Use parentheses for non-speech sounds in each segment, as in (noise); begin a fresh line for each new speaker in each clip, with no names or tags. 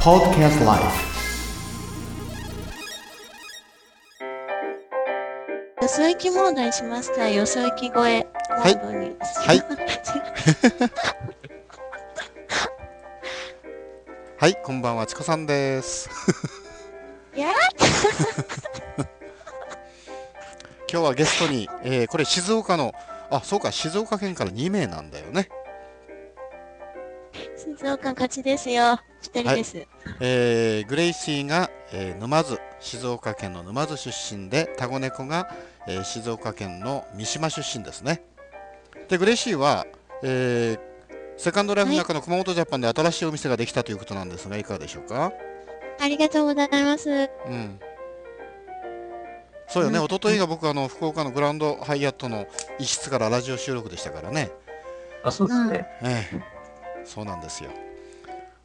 Podcast Life
よそ行き問題しますかよそ行き越え。
はい。
はい
はい、こんばんは、ちこさんです。
いや
(laughs) 今日はゲストに、えーこれ静岡の、あ、そうか、静岡県から2名なんだよね。
(laughs) 静岡勝ちですよ。一人です。
えーグレイシーが、えー沼津、静岡県の沼津出身で、タゴネコが、えー静岡県の三島出身ですね。で、グレイシーは、えーセカンドライフの中の熊本ジャパンで新しいお店ができたということなんですが、いかがでしょうか
ありがとうございます。
うん。そうよね、
うん
一昨日が僕、あの福岡のグランドハイアットの一室からラジオ収録でしたからね、
あ、そうですね。
ええ、そうなんですよ。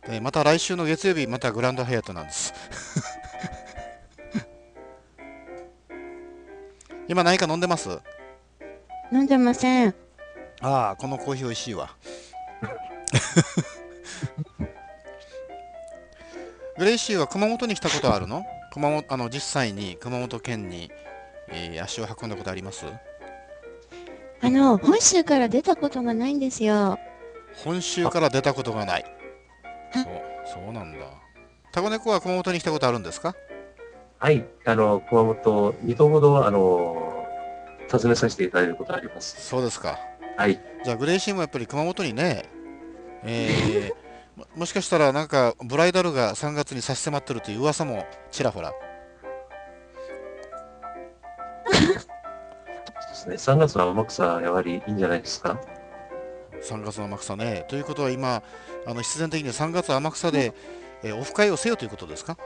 でまた来週の月曜日、またグランドハイアットなん (laughs) です。今、何か飲んでますあ
飲んでません。
あ、このコーヒー美味しい (laughs) わ。グレイシーは熊本に来たことあるの熊本あの実際に熊本県に、えー足を運んだことあります
あの、本州から出たことがないんですよ。 (laughs)
本州から出たことがない。そう、そうなんだ。タコネコは熊本に来たことあるんですか
はい、あの、熊本、二度ほど、あの、訪ねさせていただいたことあります。
そうですか。
はい。
じゃあ、グレイシーもやっぱり熊本にね、え (laughs) ーももしかしたらなんかブライダルが3月に差し迫ってるという噂もちらほら。
そうですね。3月は天草、やはりいいんじゃないですか。
3月の天草ね。ということは今、あの必然的に3月天草で、えーオフ会をせよということですか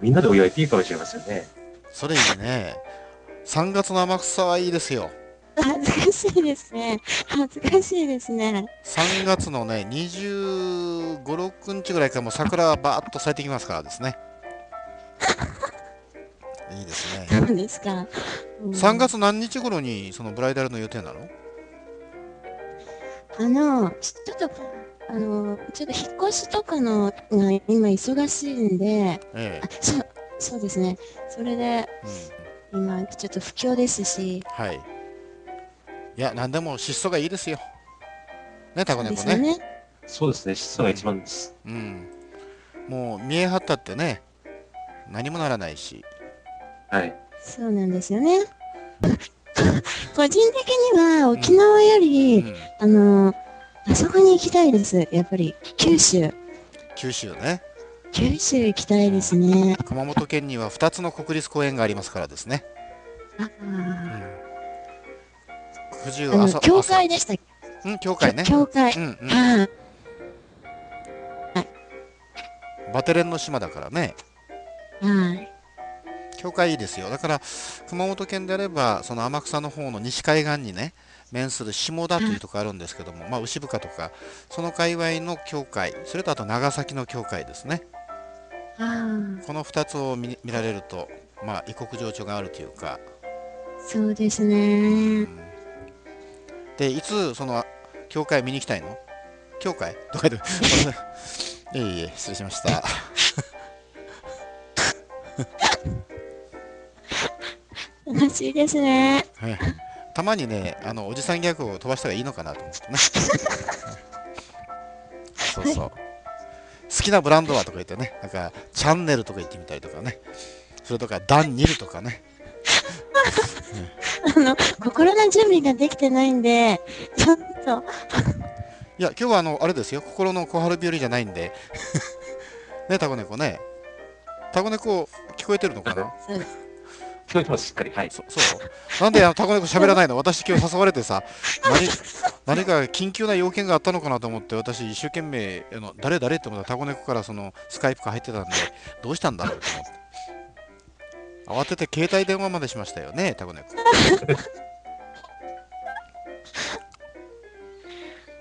みんなでお祝いっていいかもしれませんね。
それいいね。3月の天草はいいですよ。
恥ずかしいですね。恥ずかしいですね。
3月のね、25、6日ぐらいからもう桜はバーッと咲いてきますからですね。 (laughs) いいですね。
何ですか、うん
3月何日頃にそのブライダルの予定なの
あの、ちょっと、あの、ちょっと引っ越しとかのが今忙しいんで、
え
あそう、そうですね。それで、
え。うん、
今ちょっと不況ですし、
はい。いや、何でも質素がいいですよ。ね、タコ
そ
ネ
うで
コ
すよ
ね。
ね。
そうですね。湿度が一番です。
うん。もう見え張ったってね、何もならないし。
はい。
そうなんですよね。 (laughs) 個人的には沖縄よ
う
り、
ん、
あのあそこに行きたいです。やっぱり九州、
九州ね。
九州行きたいですね。
熊本県には2つの国立公園がありますからですね。
あ
うん
あ。
九十
あの
朝
教会でしたっけ、
朝うん、教会ね。
教会。
うんうん、
ああ、
バテレンの島だからね、
はい。
教会いいですよ。だから、熊本県であれば、その天草の方の西海岸にね、面する下田というとこあるんですけども、まあ、牛深とか、その界隈の教会、それとあと長崎の教会ですね。
ああ、
この2つを見見られると、まあ、異国情緒があるというか、
そうです
う
ね。
んで、いつ、その、教会見に行きたいの教会と (laughs) かで、いえいえ、失礼しました。
楽しいですね。
はい、たまにねあのおじさんギャグを飛ばしたらいいのかなと思ってね (laughs) そうそう好きなブランドはとか言ってねなんかチャンネルとか言ってみたりとかねそれとかダンニルとかね
あの、心の準備ができてないんで、ちょっと、
いや今日はあのあれですよ心の小春日和じゃないんで (laughs) ねタコネコねタコネコ聞こえてるのかな
そうです。
聞こえてます、しっかり。はい。
そそうなんであのタコネコ喋らないの私今日誘われてさ何何か緊急な要件があったのかなと思って私一生懸命あの誰誰って思ったらタコネコからそのスカイプが入ってたんでどうしたんだろうと思って慌てて携帯電話までしましたよねタコネコ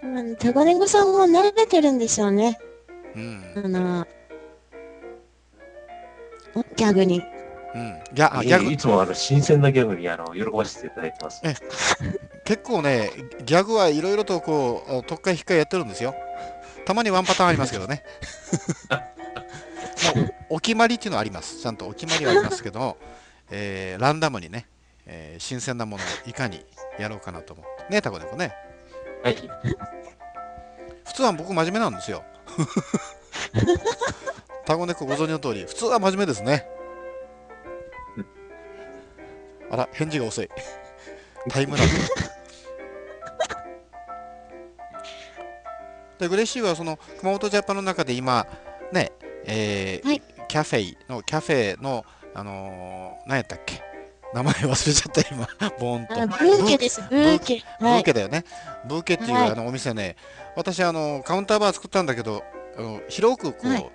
うん、タガネゴさんも慣れてるんでしょうね。
う
あ
ん、
の、ギャグに。
うん、ギャあ
い
ギャグ
いつも、あの、新鮮なギャグに、あの、喜ばせていただいてます。
結構ねギャグはいろいろとこうあ特化引っかいやってるんですよたまにワンパターンありますけどね。もうお決まりっていうのはあります。ちゃんとお決まりはありますけど、えーランダムにね、えー新鮮なものをいかにやろうかなと思う。ね、タコネコね。
はい。
普通は僕真面目なんですよ。タコネコご存知の通り、普通は真面目ですね。あら、返事が遅い。タイムラグ。で、グレッシーはその熊本ジャパンの中で今、ね、えー
はい
キャフェイの、キャフェの、あのー、何やったっけ名前忘れちゃった、今、ボーンと。
あ、ブーケです、ブーケ。
ブ
は
ー
い。
ケだよね。ブーケっていう
はい
あのお店ね、私あのカウンターバー作ったんだけど、あの広くこう、
はい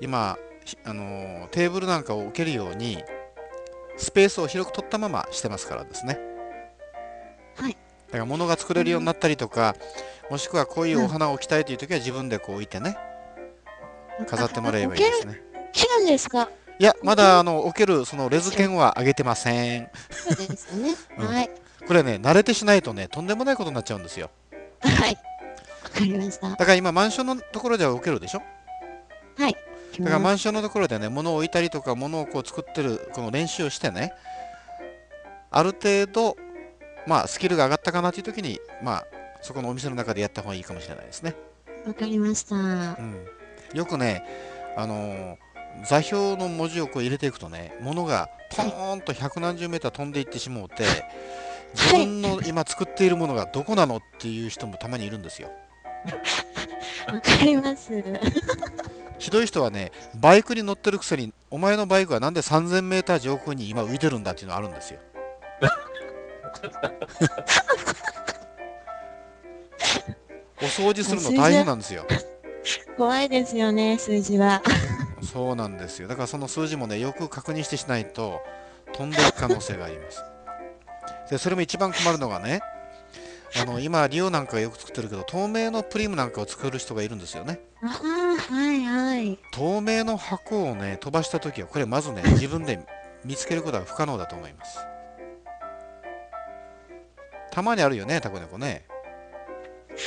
今ひあのテーブルなんかを置けるようにスペースを広く取ったまましてますからですね。
はい。
だから物が作れるようになったりとか、もしくはこういうお花を置きたいという時は自分でこう置いてね、飾ってもらえばいいですね。
来るんですか
いや、まだあの置けるそのレズ券はあげてません。。
そうですよね
うん
はい。
これね、慣れてしないとね、とんでもないことになっちゃうんですよ。
はい。わかりました。
だから今マンションのところでは置けるでしょ
はい。
だからマンションのところでね、物を置いたりとか、物をこう作ってる、この練習をしてね、ある程度、まあ、スキルが上がったかなという時に、まあ、そこのお店の中でやった方がいいかもしれないですね。
わかりました
う。ん、よくね、あのー座標の文字をこう入れていくとね、物がポーンと百何十メーター飛んでいってしもうて、自分の今作っているものがどこなのっていう人もたまにいるんですよ。
わかります。
ひどい人はね、バイクに乗ってるくせに、お前のバイクはなんで3000メーター上空に今浮いてるんだっていうのあるんですよ。お掃除するの大変なんですよ。
怖いですよね、数字は。
そうなんですよ。だからその数字もね、よく確認してしないと、飛んでいく可能性があります。で、それも一番困るのがね、あの、今、リオなんかがよく作ってるけど、透明のプリムなんかを作る人がいるんですよね。
ああ、はいはい。
透明の箱をね飛ばした時はこれまず
(laughs)
ね自分で見つけることは不可能だと思いますたまにあるよねタコネコね、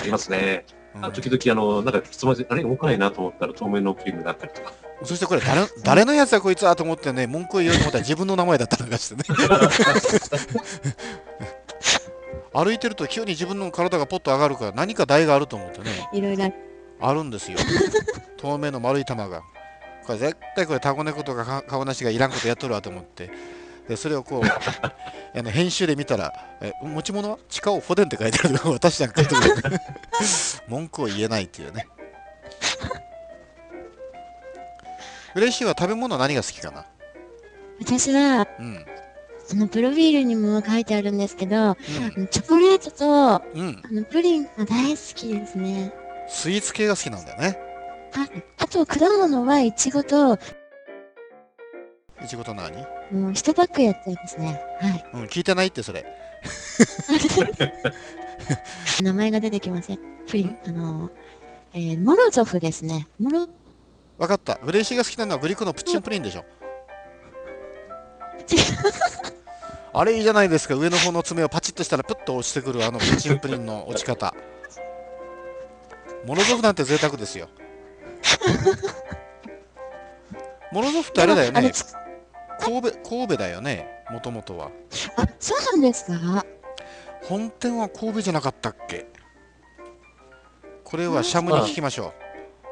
ありますね。
うん
あ時々、あの、なんか、つまじ、あれ動かないなと思ったら、透明のクリームだったりとか。
そしてこれ誰誰のやつだこいつはと思ってね文句を言おうと思ったら自分の名前だったりなんか
(laughs)
してね (laughs) 歩いてると急に自分の体がポッと上がるから何か台があると思ってね
いろいろ。
あるんですよ透明の丸い玉がこれ絶対これタコネコとかか顔なしがいらんことやっとるわと思ってでそれをこうあの編集で見たら「え持ち物は地下をフォデン」って書いてあるけど私なんか書いてある文句を言えないっていうね嬉しいは食べ物は何が好きかな
私は、
うん
あの、プロフィールにも書いてあるんですけど、あ
う
のチョコレートと、あ
ん、うん、
の、プリンが大好きですね。
スイーツ系が好きなんだよね
あ、あと、果物はイチゴと、
いちごと何
もう、一パックやっちゃいますね。
(laughs)
はい。
うん聞いてないってそれ
名前が出てきません。プリン、あの、えー、モロゾフですね。モロ、
分かった嬉しいが好きなのはグリコのプッチンプリンでしょ
違う
あれいいじゃないですか上の方の爪をパチッとしたらプッと落ちてくるあのプチンプリンの落ち方モロゾフなんて贅沢ですよモロゾフってあれだよ
あ
ね
れつ
神戸神戸だよねもともとは
あ、そうなんですか
本店は神戸じゃなかったっけこれはシャムに聞きましょ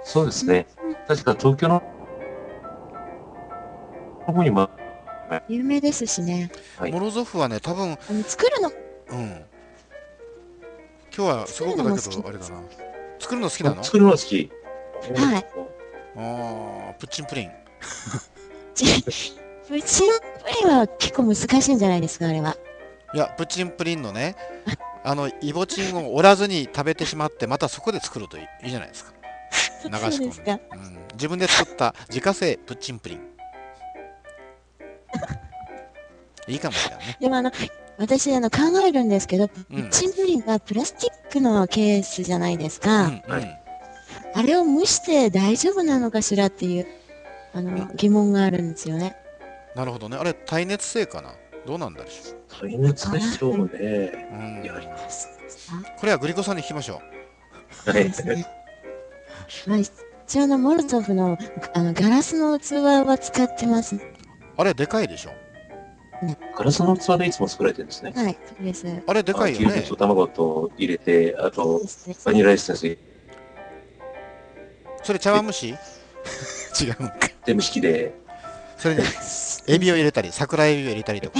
そうですね。確か、東京の、ここに、ま、
有名ですしね。
は
う
い
モロゾフはね多分
あの、作るの、
うん今日はすごくだけどあれだな作るの好きなの
作るのは好き。
はい
ああプッチンプリン (laughs)
ちプチンプリンは結構難しいんじゃないですか、あれは。
いや、プチンプリンのね、 (laughs) あの、イボチンを折らずに食べてしまって、またそこで作るといいいいじゃないですか。流し込んで
そうですか。
うん、自分で作った自家製プチンプリン。いいかもしれないね。
でもあの、私、あの、考えるんですけど、プ
うん
チンプリンがプラスチックのケースじゃないです
う
か。
ん、う
は
ん。
あれを蒸して大丈夫なのかしらっていう、あの、疑問があるんですよね。
なるほどね。あれ、耐熱性かなどうなんだでしょ
耐熱でしょう
う。う
ね。
ん
いや。
そうですか
これはグリコさんに聞きましょ
は
そう
い
です。ねはい。こちらのモルツォフのあのガラスの器は使ってます。
あれでかいでしょ
ガラスの器でいつも作られてるんですね。
はい、そうです。
あれでかいよ
あ牛
ね
乳と卵と入れて、あ
そう
と、
ですね
バニラエッセンス入れ
それ茶碗蒸
(laughs)
し違うのか
て蒸し器で、
それにエビを入れたり桜エビを入れたりとか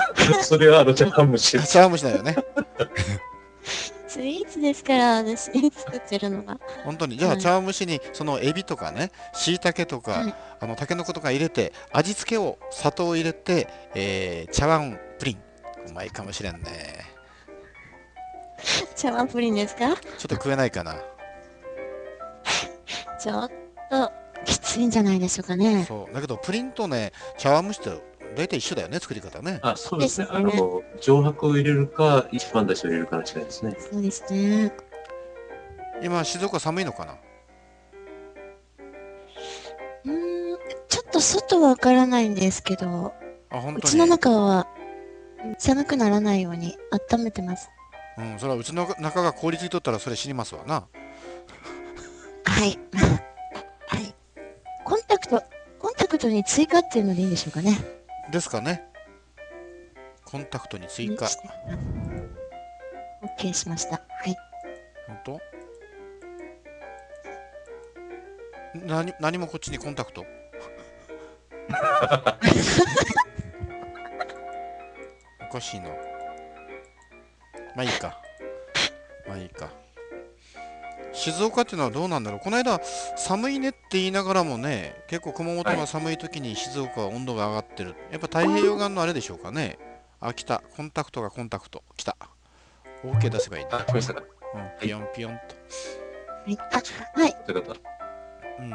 (laughs) それはあの、茶碗蒸しです。
茶碗蒸しだ
(laughs)
よね
(laughs) スイーツですから、私、作ってるのが。
本当にじゃ
は
あ
い
茶碗蒸しにそのエビとかねしいたけとか、
はい
あのたけのことか入れて味付けを砂糖を入れて、えー茶碗プリンうまいかもしれんね
茶碗プリンです
ち
か
ょっと食えないかな
ちょっと、きついんじゃないでしょうかね。
そうだけどプリンとね茶碗蒸しと大体一緒だよね作り方ね
あ、そうですね。
です
あ
ね
の、上白を入れるか、一番だしを入れるかの違いですね。
そうですね。
今静岡寒いのかな
うーん、ちょっと外はわからないんですけど、
あ本
う
当
ちの
に
中は寒くならないように温めてます。
うんそれはうちの中が氷ついとったらそれ死にますわな
はい。はい。コンタクト、コンタクトに追加っていうのでいいんでしょうかね。
ですかねコンタクトに追加
オッケーしました。はい。
本当何何もこっちにコンタクト (laughs) おかしいなまあいいかまあいいか静岡っていうのはどうなんだろうこの間寒いねって言いながらもね結構熊本が寒い時に静岡は温度が上がってるやっぱ太平洋側のあれでしょうかねあ来たコンタクトがコンタクト来た OK 出せばいいんだ
あ、来ましたか。
うん、ピヨンピヨンと。
はい。あ、はい。
という方。
うん。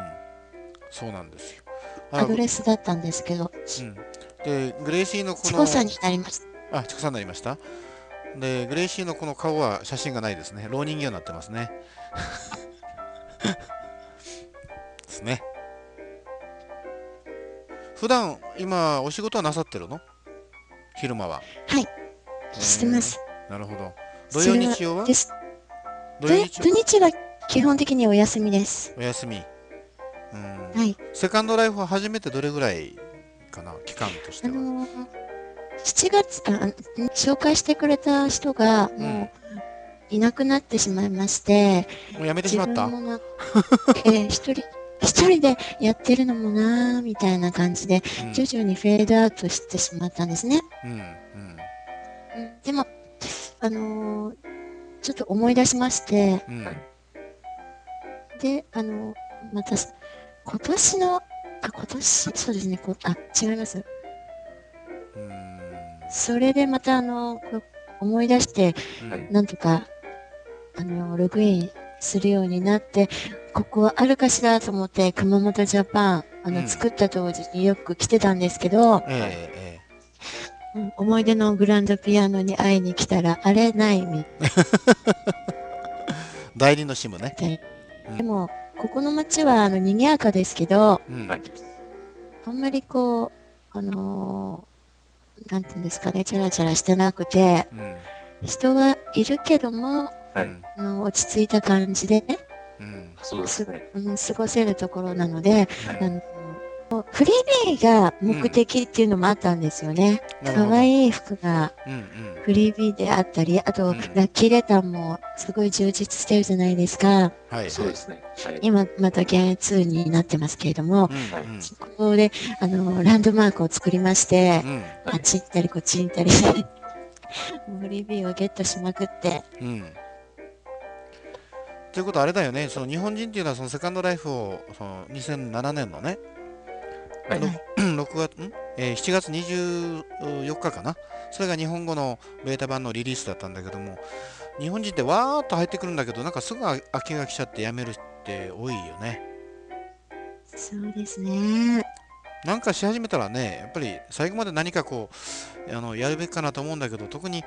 そうなんですよ。あ
アドレスだったんですけど、
うん。で、グレイシーのこ
チ
の
コ、さんになりました。
あ、チコさんになりました。で、グレイシーのこの顔は写真がないですね。老人形になってますね。 (laughs) ですね。普段今、お仕事はなさってるの昼間は。ー
してます。
なるほど。土曜日曜は
です。
土
土
曜
日
日曜
土日は基本的にお休みです。
お休み。うん。
はい。
セカンドライフは初めてどれぐらいかな期間として
あ
は。
のー、7月あ、ん紹介してくれた人がもういなくなってしまいまして、
もうやめてしまった
自分もな、 (laughs) えー一人、一人でやってるのもなーみたいな感じで、
うん
徐々にフェードアウトしてしまったんですね。
うんうん
うんでも、あのーちょっと思い出しまして、
うん
はい
で、あの、また、今年の、あ、今年、そうですね、こあ、違います。
うん
それでまた、あの、こう思い出して、
うん
なんとか、あの、ログインするようになって、ここはあるかしらと思って、熊本ジャパン、あの、
うん
作った当時によく来てたんですけど、
えええ
うん思い出のグランドピアノに会いに来たら、あれないみ
え代理のシムね。
たい
うん。
でも、ここの街は、あの、賑やかですけど、
うん
はい
あんまりこう、あのーなんていうんですかね、チャラチャラしてなくて、
うんうん
人はいるけども、
はい。
あの落ち着いた感じで、ね
うん
そうですね。
うん、過ごせるところなので、
う
あ
ん
のフリーベイが目的っていうのもあったんですよね。
なる
可、
ほど
愛、いい服が
うんうん
フリーベイであったり、あと、
うん
ラッキーレターもすごい充実してるじゃないですか。
はい
そうですね。はい。
今、また現2になってますけれども、
はいうん
そこで、あの、ランドマークを作りまして、
うん
はい
あっち行ったりこっち行ったりして、もうフリービーをゲットしまくって、
うんうんということはあれだよね、その日本人っていうのはそのセカンドライフをその2007年のね、
はい
はい
6月ん、えー7月24日かな、それが日本語のベータ版のリリースだったんだけども、日本人ってわーっと入ってくるんだけど、なんかすぐ飽きが来ちゃってやめるって多いよね。
そうですね。
なんかし始めたらね、やっぱり最後まで何かこう、あのやるべきかなと思うんだけど、特に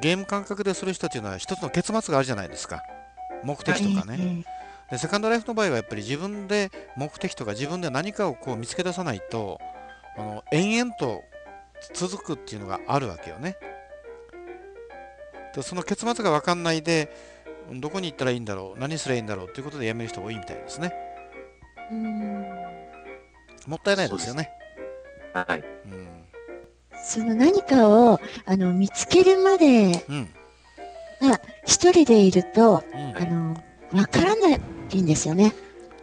ゲーム感覚でする人っていうのは一つの結末があるじゃないですか。目的とかね。
ね。
で、セカンドライフの場合はやっぱり自分で目的とか自分で何かをこう見つけ出さないと、あの延々と続くっていうのがあるわけよね。で、その結末が分かんないで、どこに行ったらいいんだろう何すりゃいいんだろうっていうことで辞める人が多いみたいですね
うん
もったいないですよね
はい。
うん
その何かをあの見つけるまで
うん
一人でいると
うん
あのわからないんですよね。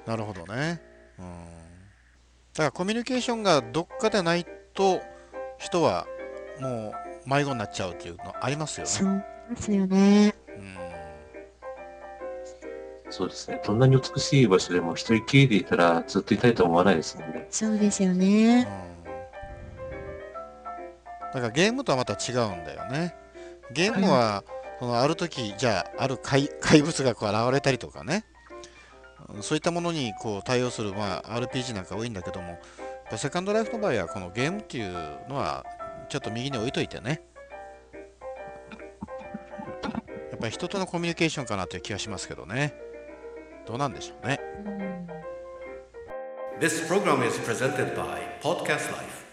なるほどねうんだからコミュニケーションがどっかでないと人はもう迷子になっちゃうっていうのありますよね
そうですよね。
うん
そうですね。どんなに美しい場所でも一人きりでいたらずっといたいと思わないですもんね。
そうですよ
うん
ね。
だからゲームとはまた違うんだよねゲームはそのある時じゃあある怪怪物がこう現れたりとかねうんそういったものにこう対応する、まあ、RPG なんか多いんだけどもやっぱセカンドライフの場合はこのゲームっていうのはちょっと右に置いといてねやっぱり人とのコミュニケーションかなという気がしますけどねどうなんでしょうね
This program is presented by Podcast Life.